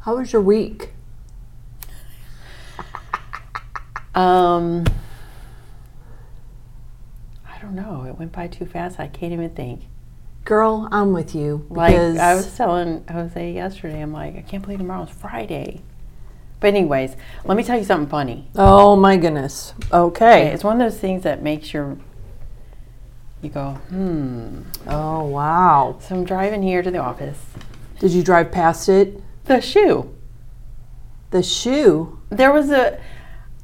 How was your week? um, I don't know. It went by too fast. I can't even think. Girl, I'm with you Like because I was telling Jose yesterday, I'm like, I can't believe tomorrow's Friday. But anyways, let me tell you something funny. oh my goodness. Okay, Okay. It's one of those things that makes your you go, hmm. Oh wow. So I'm driving here to the office. Did you drive past it? The shoe. The shoe. There was a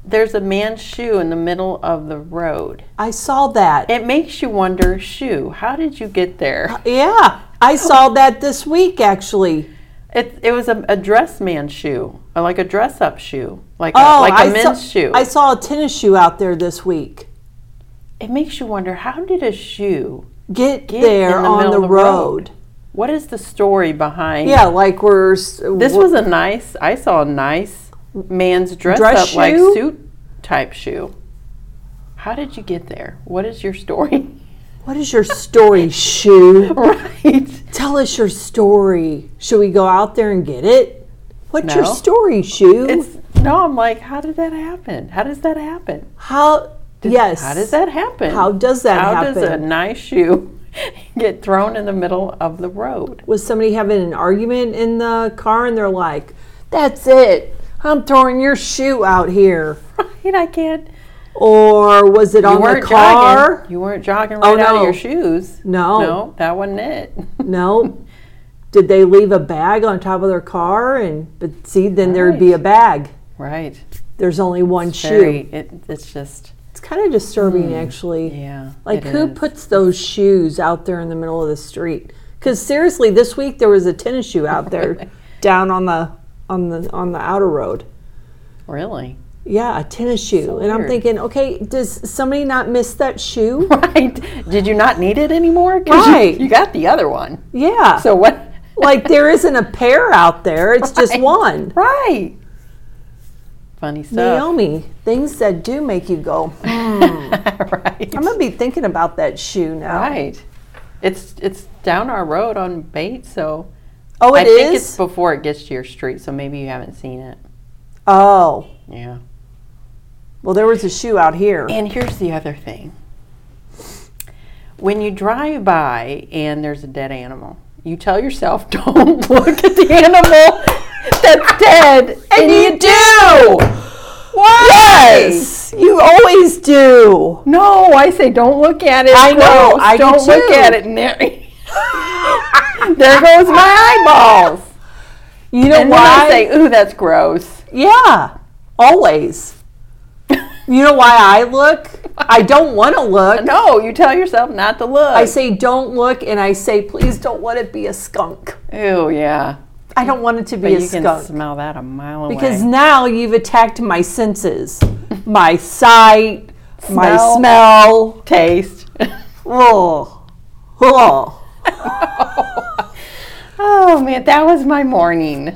there's a man's shoe in the middle of the road. I saw that. It makes you wonder, shoe, how did you get there? Yeah, Oh. I saw that this week actually. It, it was a, a dress man shoe, or like a dress up shoe, like Oh, a, like a I men's saw, shoe. I saw a tennis shoe out there this week. it makes you wonder, how did a shoe Get, get there in the on middle the, of the road. What is the story behind? Yeah, like we're s- this we're- was a nice. I saw a nice man's dress, Dress up like shoe? suit type shoe. How did you get there? What is your story? What is your story, shoe? right. Tell us your story. Should we go out there and get it? What's your No. story, shoe? It's no. I'm like, how did that happen? How does that happen? how? yes. How does that happen? How does that How happen? does a nice shoe get thrown in the middle of the road? was somebody having an argument in the car and they're like, that's it. I'm throwing your shoe out here. Right? I can't. Or was it You on the weren't car? jogging. You weren't jogging right Oh, out of no. your shoes. No. No, that wasn't it. No. Did they leave a bag on top of their car? And but see, then there'd be a Right. bag. right. There's only one shoe. Very. It, it's just. It's kind of disturbing, actually. Yeah. Like, it who is. puts those shoes out there in the middle of the street? Because seriously, this week there was a tennis shoe out there, down on the on the on the outer road. Really. Yeah, a tennis shoe. and I'm weird. thinking, okay, does somebody not miss that shoe? Right. Did you not need it anymore? 'Cause you- Right. You, got the other one. Yeah. So what? like there isn't a pair out there, it's just one. Right. Funny stuff. Naomi, things that do make you go, "Hmm, right. I'm going to be thinking about that shoe now. Right. It's it's down our road on Bates, so Oh, I it is. think it's before it gets to your street, so maybe you haven't seen it. oh, Yeah. well, there was a shoe out here. And here's the other thing. When you drive by and there's a dead animal, you tell yourself, don't look at the animal that's dead. And you do! Why? Yes! You always do! No, I say don't look at it. I know, Close. I do don't look too. at it. And there, there goes my eyeballs. You know And then why? I say, ooh, that's gross. Yeah, always. You know why I look? I don't want to look. No, you tell yourself not to look. I say don't look, and I say please don't let it be a skunk. Ew, yeah. I don't want it to be But a you can skunk smell that a mile because away. now you've attacked my senses, my sight, my Smell. smell. Taste. Oh, oh. oh, man, that was my morning.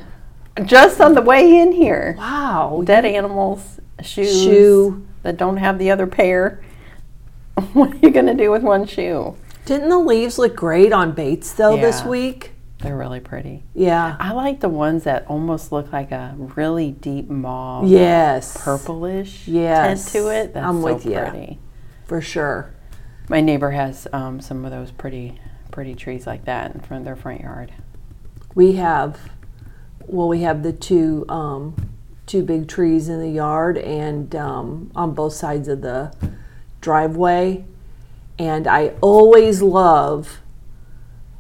Just on the way in here. Wow. Dead animals, shoes Shoe. that don't have the other pair. what are you going to do with one shoe? Didn't the leaves look great on Bates though this Yeah. week? They're really pretty. Yeah. I like the ones that almost look like a really deep mauve, Yes. purplish Yes. tint to it. That's I'm so with ya. pretty. For sure. My neighbor has um, some of those pretty, pretty trees like that in front of their front yard. we have well we have the two um, two big trees in the yard and um, on both sides of the driveway and i always love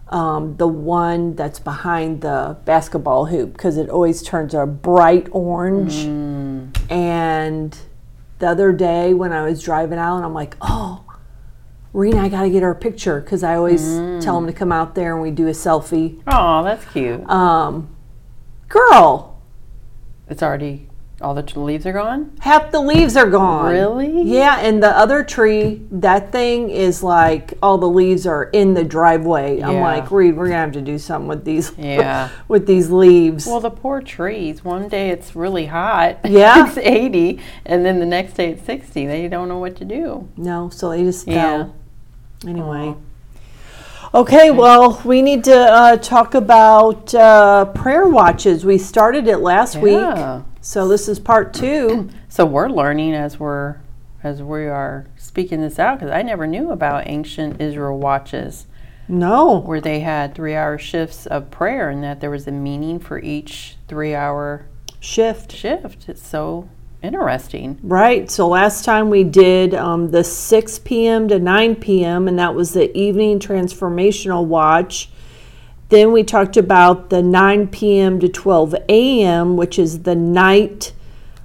um, the one that's behind the basketball hoop because it always turns a bright orange and the other day when i was driving out and i'm like oh Rena, I gotta get her a picture because I always tell 'em tell them to come out there and we do a selfie. Um, Oh, that's cute. Um, Girl, It's already all the t- leaves are gone. half the leaves are gone. Really? Yeah, and the other tree, that thing is like all the leaves are in the driveway. I'm Yeah. like, Reed, we're gonna have to do something with these Yeah. with these leaves. Well, the poor trees. One day it's really hot. Yeah. it's 80, and then the next day it's 60. They don't know what to do. no, so they just Yeah. fell. Anyway. Okay, well, we need to uh, talk about uh, prayer watches. We started it last Yeah. week, so this is part two. So we're learning as we're as we are speaking this out because I never knew about ancient Israel watches No, where they had three-hour shifts of prayer and that there was a meaning for each three-hour shift. shift. It's so interesting. Right. So last time we did um, the 6 p.m. to 9 p.m., and that was the evening transformational watch. Then we talked about the 9 p.m. to 12 a.m., which is the night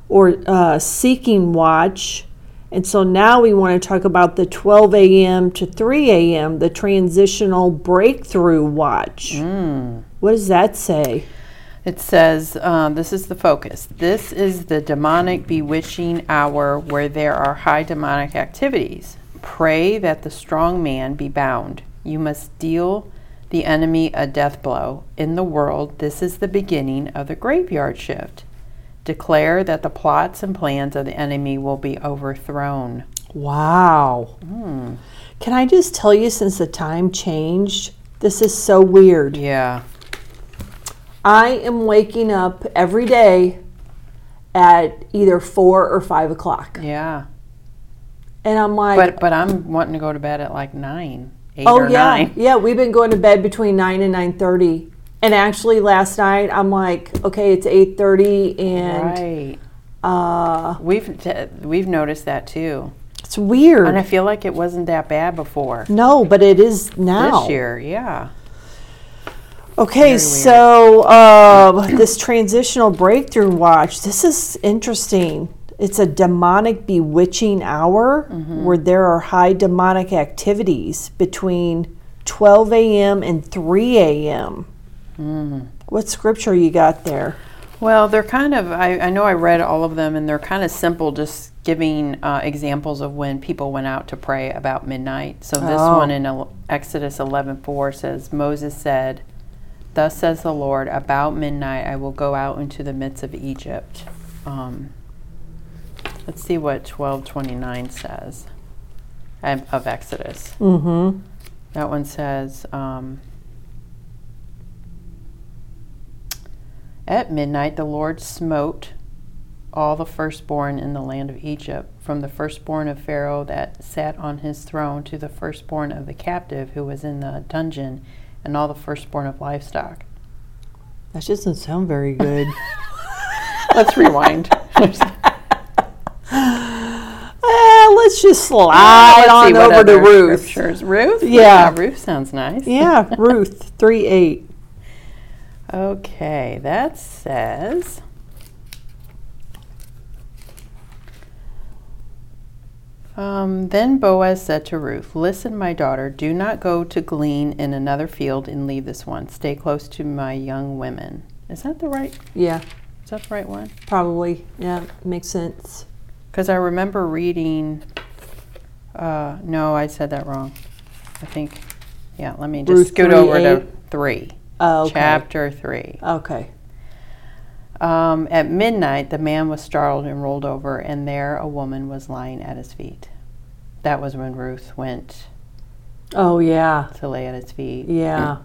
or uh, seeking watch. And so now we want to talk about the 12 a.m. to 3 a.m., the transitional breakthrough watch. What does that say? It says, um, this is the focus. This is the demonic bewitching hour where there are high demonic activities. Pray that the strong man be bound. You must deal the enemy a death blow. In the world, this is the beginning of the graveyard shift. Declare that the plots and plans of the enemy will be overthrown. Wow. Can I just tell you, since the time changed, this is so weird. Yeah. I am waking up every day at either four or five o'clock, Yeah. and I'm like, But but I'm wanting to go to bed at like nine, eight "Oh or yeah, nine. yeah." We've been going to bed between nine and nine thirty, and actually last night I'm like, "Okay, it's eight thirty, and Right. uh, We've t- we've noticed that too, it's weird." and I feel like it wasn't that bad before no, but it is now. this year. Yeah, Okay, so um, this transitional breakthrough watch, this is interesting. It's a demonic bewitching hour Mm-hmm. where there are high demonic activities between 12 a.m. and 3 a.m. Mm-hmm. What scripture you got there? Well, they're kind of, I, I know I read all of them, and they're kind of simple, just giving uh, examples of when people went out to pray about midnight. So this Oh. one in El- Exodus 11:4 says, Moses said, Thus says the Lord, about midnight I will go out into the midst of Egypt. Um, let's see what 12:29 says um, of Exodus. Mm-hmm. That one says, um, At midnight the Lord smote all the firstborn in the land of Egypt, from the firstborn of Pharaoh that sat on his throne to the firstborn of the captive who was in the dungeon, and all the firstborn of livestock. That doesn't sound very good. Let's rewind. Eh, let's just slide Let's see on what over to other Ruth. scriptures. Ruth? Yeah. Ruth sounds nice. Yeah, Ruth 3 8. Okay, that says. Um, then Boaz said to Ruth, Listen, my daughter, do not go to glean in another field and leave this one. Stay close to my young women. Is that the right? Yeah, Is that the right one? probably. Yeah, makes sense. Because I remember reading. Uh, no, I said that wrong. I think. Yeah, let me just Ruth scoot 3, over to eight? three, Oh, okay. chapter three. Okay. Um, at midnight, the man was startled and rolled over, and there a woman was lying at his feet. That was when Ruth went Oh yeah, to lay at his feet. yeah.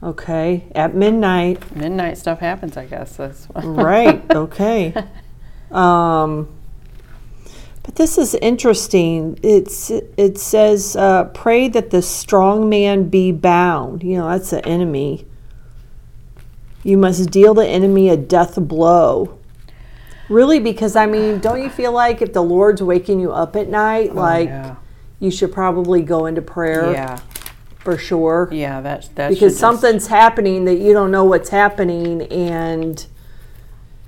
okay, at midnight. Midnight stuff happens, I guess. That's Right. Okay. Um, but this is interesting. It's it says, uh, "Pray that the strong man be bound." You know, that's the enemy. You must deal the enemy a death blow. Really, because I mean, don't you feel like if the Lord's waking you up at night, like Oh, yeah. you should probably go into prayer yeah, for sure. yeah. That's that should because just- something's happening that you don't know what's happening and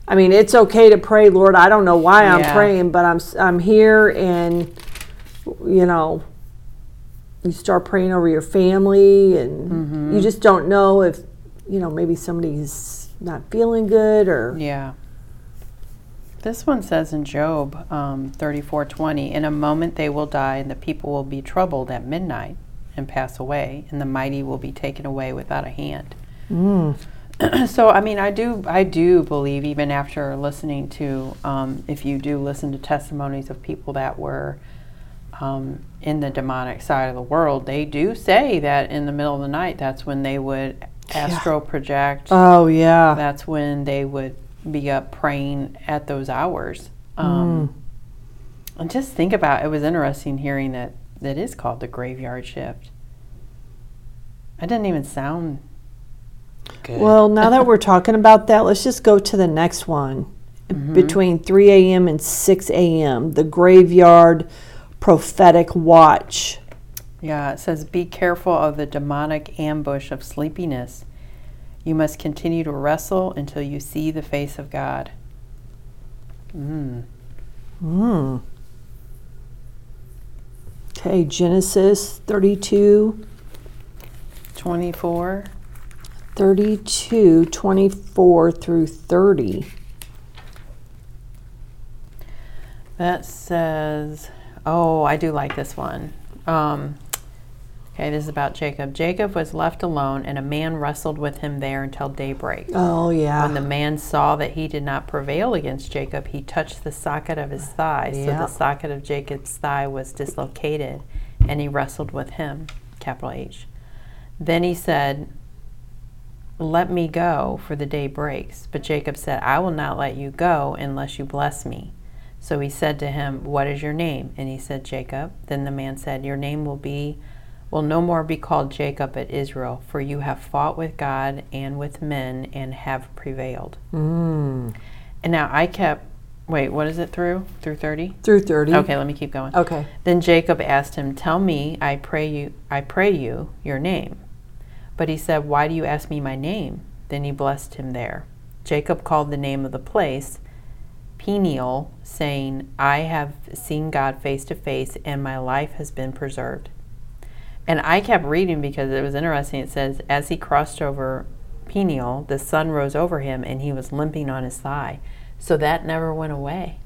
i mean it's okay to pray lord i don't know why i'm Yeah. praying but i'm s- i'm here and you know you start praying over your family and you just don't know if you know maybe somebody's not feeling good or Yeah. This one says in Job um, 34:20, "In a moment they will die, and the people will be troubled at midnight, and pass away, and the mighty will be taken away without a hand." so, I mean, I do, I do believe, even after listening to, um, if you do listen to testimonies of people that were um, in the demonic side of the world, they do say that in the middle of the night, that's when they would astro project oh yeah that's when they would be up praying at those hours. Um, And just think about it was interesting hearing that that is called the graveyard shift. I didn't even sound good. Well, now that we're talking about that, let's just go to the next one. Between 3 a.m. and 6 a.m., the graveyard prophetic watch. yeah, it says be careful of the demonic ambush of sleepiness. You must continue to wrestle until you see the face of God. Mm. Hmm. Okay, Genesis 32, 24. 32, 24 through 30. That says, oh, I do like this one. Um, okay, this is about Jacob. Jacob was left alone, and a man wrestled with him there until daybreak. Oh, When yeah. the man saw that he did not prevail against Jacob, he touched the socket of his thigh. So Yeah. the socket of Jacob's thigh was dislocated, and he wrestled with him, capital H. Then he said, Let me go, for the day breaks. But Jacob said, I will not let you go unless you bless me. So he said to him, What is your name? And he said, Jacob. Then the man said, Your name will be will no more be called Jacob but Israel, for you have fought with God and with men and have prevailed. And now I kept wait, what is it through? Through thirty? Through 30. Okay, let me keep going. Okay. Then Jacob asked him, "Tell me, I pray you, I pray you, your name." But he said, "Why do you ask me my name?" Then he blessed him there. Jacob called the name of the place Peniel, saying, "I have seen God face to face, and my life has been preserved." And I kept reading because it was interesting. It says, "As he crossed over Peniel, the sun rose over him, and he was limping on his thigh." So that never went away.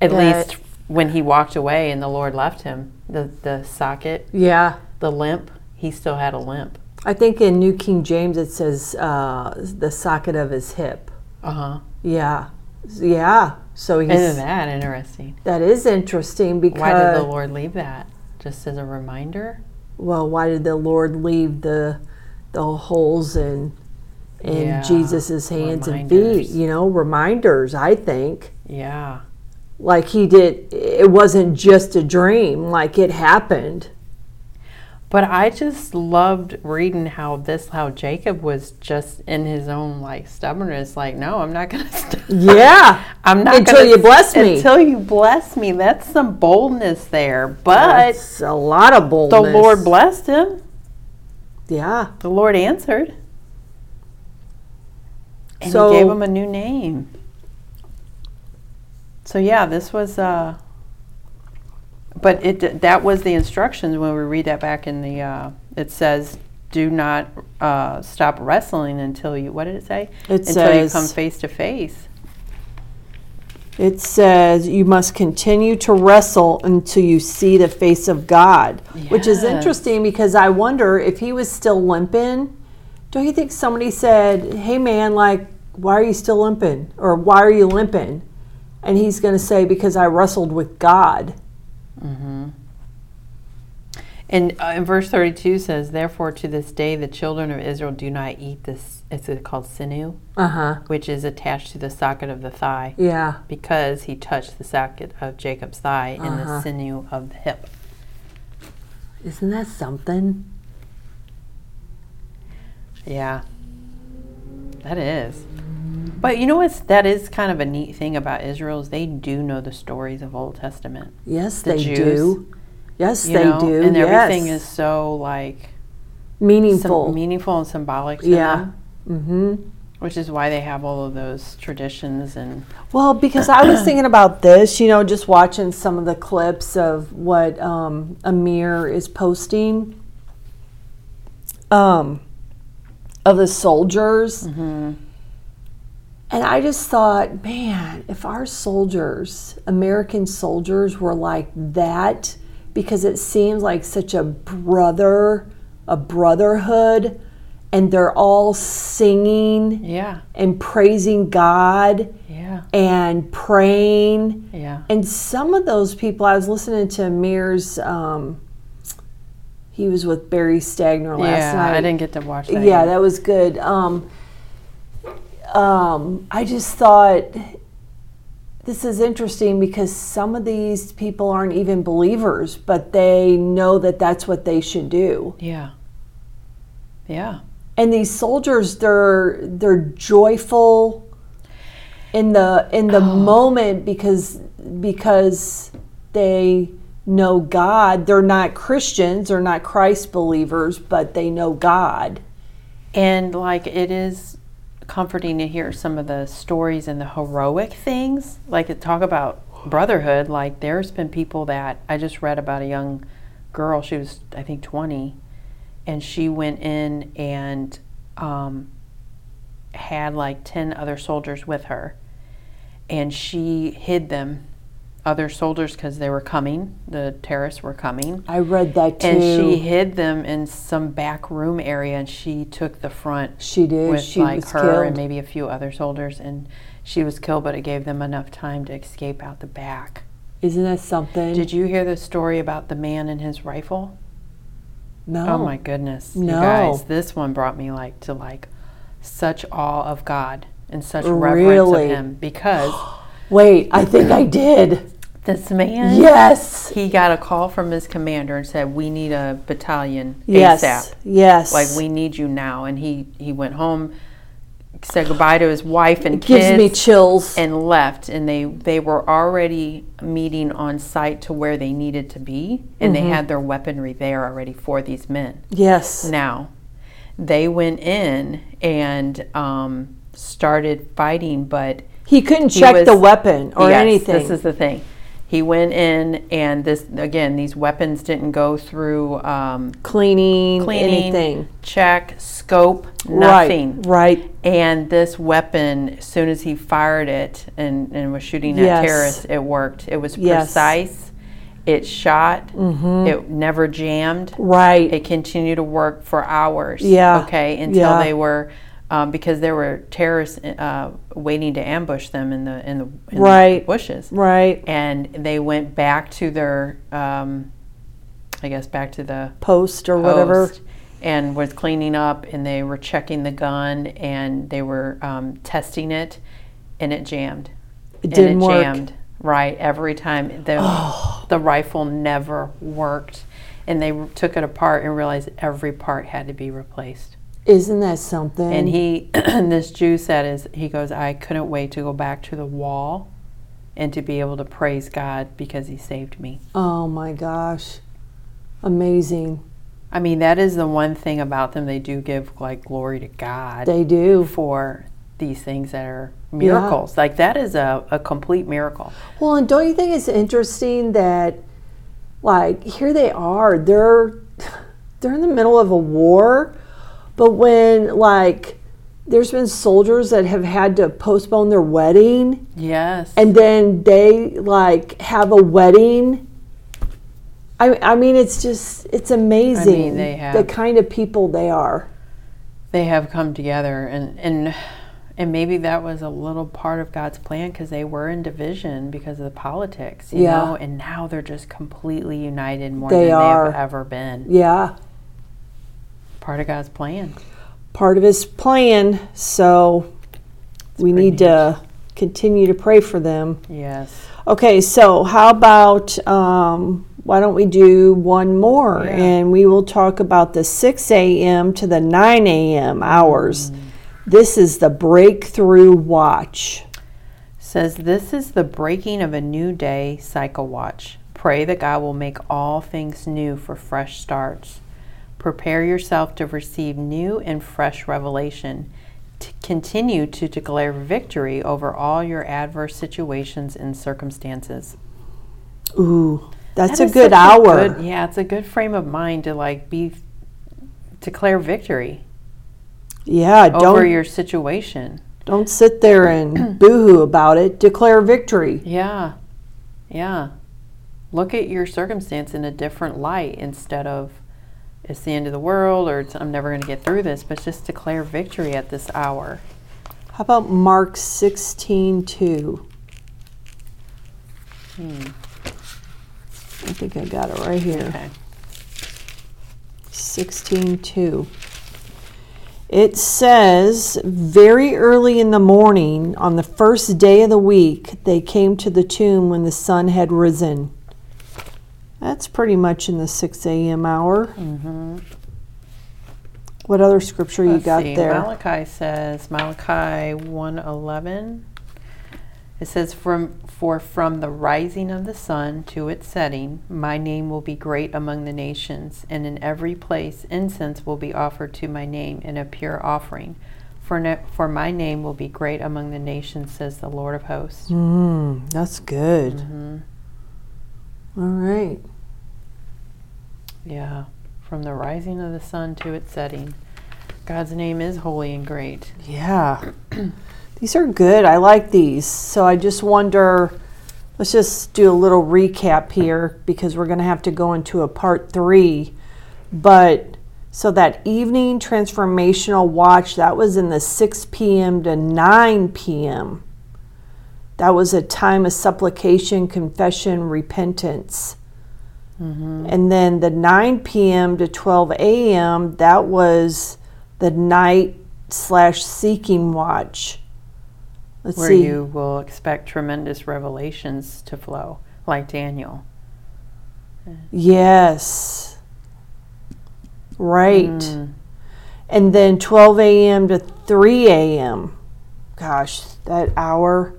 At Yeah, least when he walked away and the Lord left him, the, the socket, Yeah. the limp, he still had a limp. I think in New King James it says uh, the socket of his hip. Uh huh. Yeah. Yeah. So Isn't he's, that interesting? that is interesting because. Why did the Lord leave that? Just as a reminder? well, why did the Lord leave the the holes in in Yeah, Jesus's hands and feet? reminders. You know, reminders. I think Yeah. like he did. It wasn't just a dream. Like it happened. But I just loved reading how this, how Jacob was just in his own like stubbornness, like, no, I'm not going to stop. Yeah. I'm not Until gonna- you bless me. Until you bless me. That's some boldness there. But That's a lot of the boldness. Lord blessed him. Yeah. The Lord answered. And So- he gave him a new name. So yeah, this was uh but it that was the instructions when we read that back in the uh it says do not uh stop wrestling until you what did it say? It until says- you come face to face. It says you must continue to wrestle until you see the face of God, which is Yes. interesting because I wonder if he was still limping. Don't you think somebody said, "Hey man, like why are you still limping?" or "Why are you limping?" And he's going to say, "Because I wrestled with God." And uh, in verse 32 says, Therefore, to this day, the children of Israel do not eat this, it's called sinew, Uh huh. which is attached to the socket of the thigh, Yeah. because he touched the socket of Jacob's thigh and Uh-huh. the sinew of the hip. Isn't that something? Yeah. That is. But you know what's that is kind of a neat thing about Israel is they do know the stories of Old Testament. Yes, The they Jews, do. Yes, You they know? do. And yes. everything is so like meaningful. Some meaningful and symbolic to Yeah. them. mm-hmm. Which is why they have all of those traditions and Well, because I was thinking about this, you know, just watching some of the clips of what um, Amir is posting um, of the soldiers. And I just thought, man, if our soldiers, American soldiers, were like that, because it seems like such a brother, a brotherhood, and they're all singing Yeah. and praising God Yeah. and praying. Yeah. And some of those people, I was listening to Amir's, um, he was with Barry Stagner last yeah. night. I didn't get to watch that. Yeah, yet. that was good. Um, um, I just thought this is interesting because some of these people aren't even believers, but they know that that's what they should do. Yeah. Yeah. And these soldiers, they're they're joyful in the in the Oh. moment because because they know God. They're not Christians, they're not Christ believers, but they know God. And like it is comforting to hear some of the stories and the heroic things. Like it talk about brotherhood. Like there's been people that I just read about a young girl. She was I think 20, and she went in and um, had like 10 other soldiers with her, and she hid them. Other soldiers, because they were coming, the terrorists were coming, I read that too. and she hid them in some back room area, and she took the front She did. with she like was her killed. and maybe a few other soldiers and she was killed but it gave them enough time to escape out the back Isn't that something? did you hear the story about the man and his rifle no. oh, my goodness No. you guys this one brought me like to like such awe of god and such reverence of Really? him because Wait, I think I did. this man Yes. he got a call from his commander and said we need a battalion Yes. asap Yes. like we need you now and he he went home said goodbye to his wife and gives kids me chills. and left and they they were already meeting on site to where they needed to be and Mm-hmm. they had their weaponry there already for these men yes. now they went in and um, started fighting but He couldn't check was- the weapon or Yes, anything. This is the thing. He went in, and this again. These weapons didn't go through um, cleaning, cleaning, anything. check, scope, nothing. Right. Right. And this weapon, as soon as he fired it and, and was shooting Yes. at terrorists, it worked. It Yes. was Mm-hmm. precise. It shot. It never jammed. Right. It continued to work for hours. Yeah. Okay. Until Yeah. they were, um, because there were terrorists uh, waiting to ambush them in the in the, in Right. the bushes. right. And they went back to their, um, I guess, back to the Post or whatever. host and was cleaning up and they were checking the gun and they were um, testing it and it jammed It didn't and it work. Oh. jammed right every time the, the rifle never worked and they took it apart and realized every part had to be replaced Isn't that something? and he this jew said is he goes i couldn't wait to go back to the wall and to be able to praise god because he saved me oh my gosh. Amazing. i mean that is the one thing about them they do give like glory to god They do. for these things that are miracles. Like that is a, a complete miracle. Well, and don't you think it's interesting that, like, here they are. They're they're in the middle of a war, but when like there's been soldiers that have had to postpone their wedding, Yes. and then they like have a wedding. I I mean, it's just it's amazing they have- the kind of people they are. they have come together and and and maybe that was a little part of God's plan because they were in division because of the politics, you Yeah. know, and now they're just completely united more They than are. they have ever been. Yeah, Part of God's plan. part of his plan. So we pretty need to continue to pray for them. Yes. Okay, so how about um, why don't we do one more Yeah. and we will talk about the 6 a.m. to the 9 a.m. hours. Mm. This is the breakthrough watch. says this is the breaking of a new day cycle watch. Pray that God will make all things new for fresh starts. Prepare yourself to receive new and fresh revelation. To continue to declare victory over all your adverse situations and circumstances. Ooh, that's That a is good such hour. good- yeah, it's a good frame of mind to like be declare victory. Yeah, don't over your situation. don't sit there and boohoo about it. Declare victory. Yeah. Yeah. Look at your circumstance in a different light instead of it's the end of the world or it's, I'm never going to get through this, but just declare victory at this hour. How about Mark 16:2? Hmm. I think I got it right here. Okay. 16:2. It says, "Very early in the morning on the first day of the week, they came to the tomb when the sun had risen." That's pretty much in the 6 a.m. hour. What other scripture you Mm-hmm. Let's got see, there? Malachi says Malachi 1:11. It says from for from the rising of the sun to its setting my name will be great among the nations and in every place incense will be offered to my name in a pure offering for ne- for my name will be great among the nations says the Lord of hosts. Mm, that's good. Mm-hmm. All right. Yeah, from the rising of the sun to its setting God's name is holy and great. Yeah. these are good. I like these. So I just wonder let's just do a little recap here because we're going to have to go into a part three. But so that evening transformational watch, that was in the 6 p.m. to 9 p.m. That was a time of supplication, confession, repentance. Mm-hmm. And then the 9 p.m. to 12 a.m., that was the night slash seeking watch. Let's where see. you will expect tremendous revelations to flow, like Daniel. Yes. Right. And then 12 a.m. to 3 a.m. Gosh, that hour.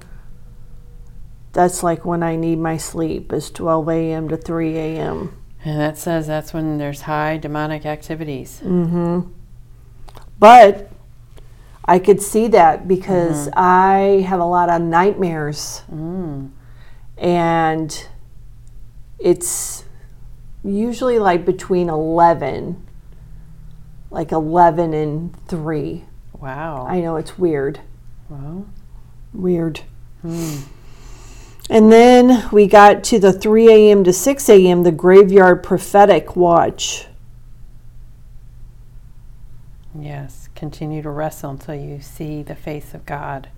That's like when I need my sleep is 12 a.m. to 3 a.m. And that says that's when there's high demonic activities. Mm. But I could see that because I have a lot of nightmares. And it's usually like between 11, like 11 and 3. Wow. I know it's weird. Wow. Weird. And then we got to the 3 a.m. to 6 a.m., the graveyard prophetic watch. Yes. Continue to wrestle until you see the face of God.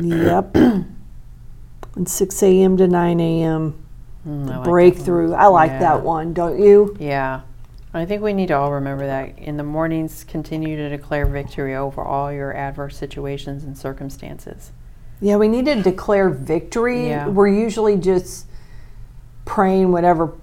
Yep. and 6 a.m. to 9 a.m. Mm, I like that one. breakthrough. I like Yeah. that one, don't you? Yeah. I think we need to all remember that. In the mornings, continue to declare victory over all your adverse situations and circumstances. Yeah, we need to declare victory. Yeah. We're usually just praying whatever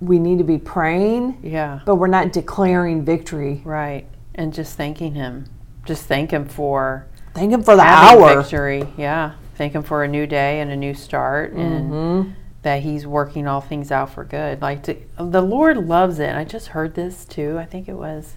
we need to be praying, Yeah. but we're not declaring victory. Right. And just thanking Him. Just thank Him for Thank Him for the having hour. victory. Yeah, thank him for a new day and a new start, Mm-hmm. and that he's working all things out for good. Like to, the Lord loves it. I just heard this too. I think it was.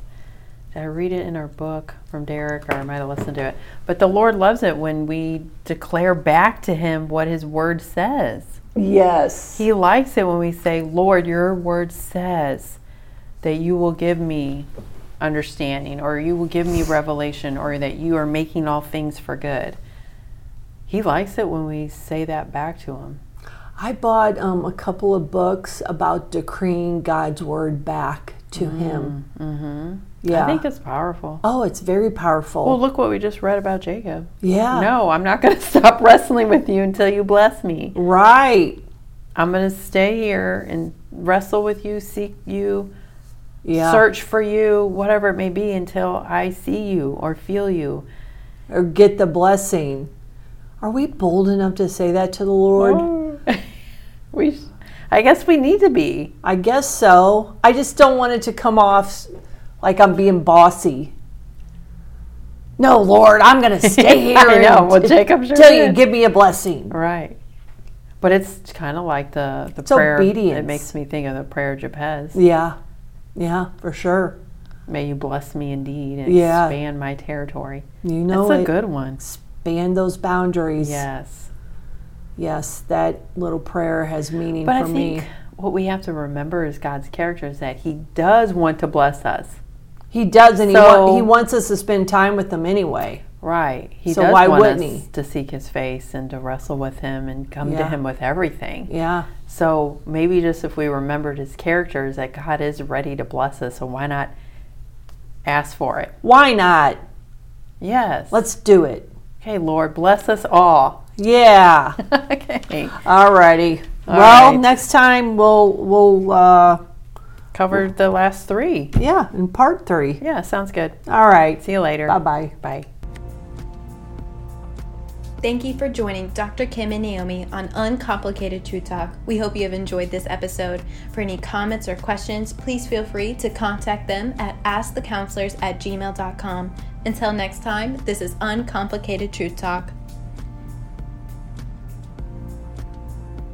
Did I read it in our book from Derek, or I might have listened to it. But the Lord loves it when we declare back to Him what His Word says. Yes. He likes it when we say, Lord, your word says that you will give me understanding or you will give me revelation or that you are making all things for good. He likes it when we say that back to him. I bought um, a couple of books about decreeing God's word back to Him. Mm-hmm. Yeah. Mm, I think it's powerful. oh, it's very powerful. Well, look what we just read about Jacob. yeah. No, I'm not going to stop wrestling with you until you bless me. Right. I'm going to stay here and wrestle with you, seek you, Yeah. search for you, whatever it may be, until I see you or feel you. or get the blessing. Are we bold enough to say that to the Lord? we, sh- I guess we need to be. I guess so. I just don't want it to come off s- like I'm being bossy. No, Lord, I'm going to stay here I know. and- Well, Jacob sure until you did. give me a blessing. Right. But it's kind of like the the prayer. It obedience. makes me think of the prayer of Jabez. Yeah. Yeah, for sure. May you bless me indeed and Yeah. expand my territory. You know That's it. a good one. Expand those boundaries. Yes. Yes, that little prayer has meaning But I for think me. what we have to remember is God's character is that He does want to bless us. He He does, and he, So- wa- he wants us to spend time with him anyway. Right. He So does why want wouldn't us he? to seek his face and to wrestle with him and come to Yeah. him with everything. Yeah, So maybe just if we remembered his characters that God is ready to bless us, so why not ask for it? why not? Yes. Let's do it. okay, Lord, bless us all. Yeah. okay. All righty. well, right. next time we'll we'll uh, Covered the last three. yeah in part three. Yeah, sounds good. All right. See you later. Bye bye. Bye. Thank you for joining Dr. Kim and Naomi on Uncomplicated True Talk. We hope you have enjoyed this episode. For any comments or questions, please feel free to contact them at askthecounselors at gmail.com. Until next time, this is Uncomplicated Truth Talk.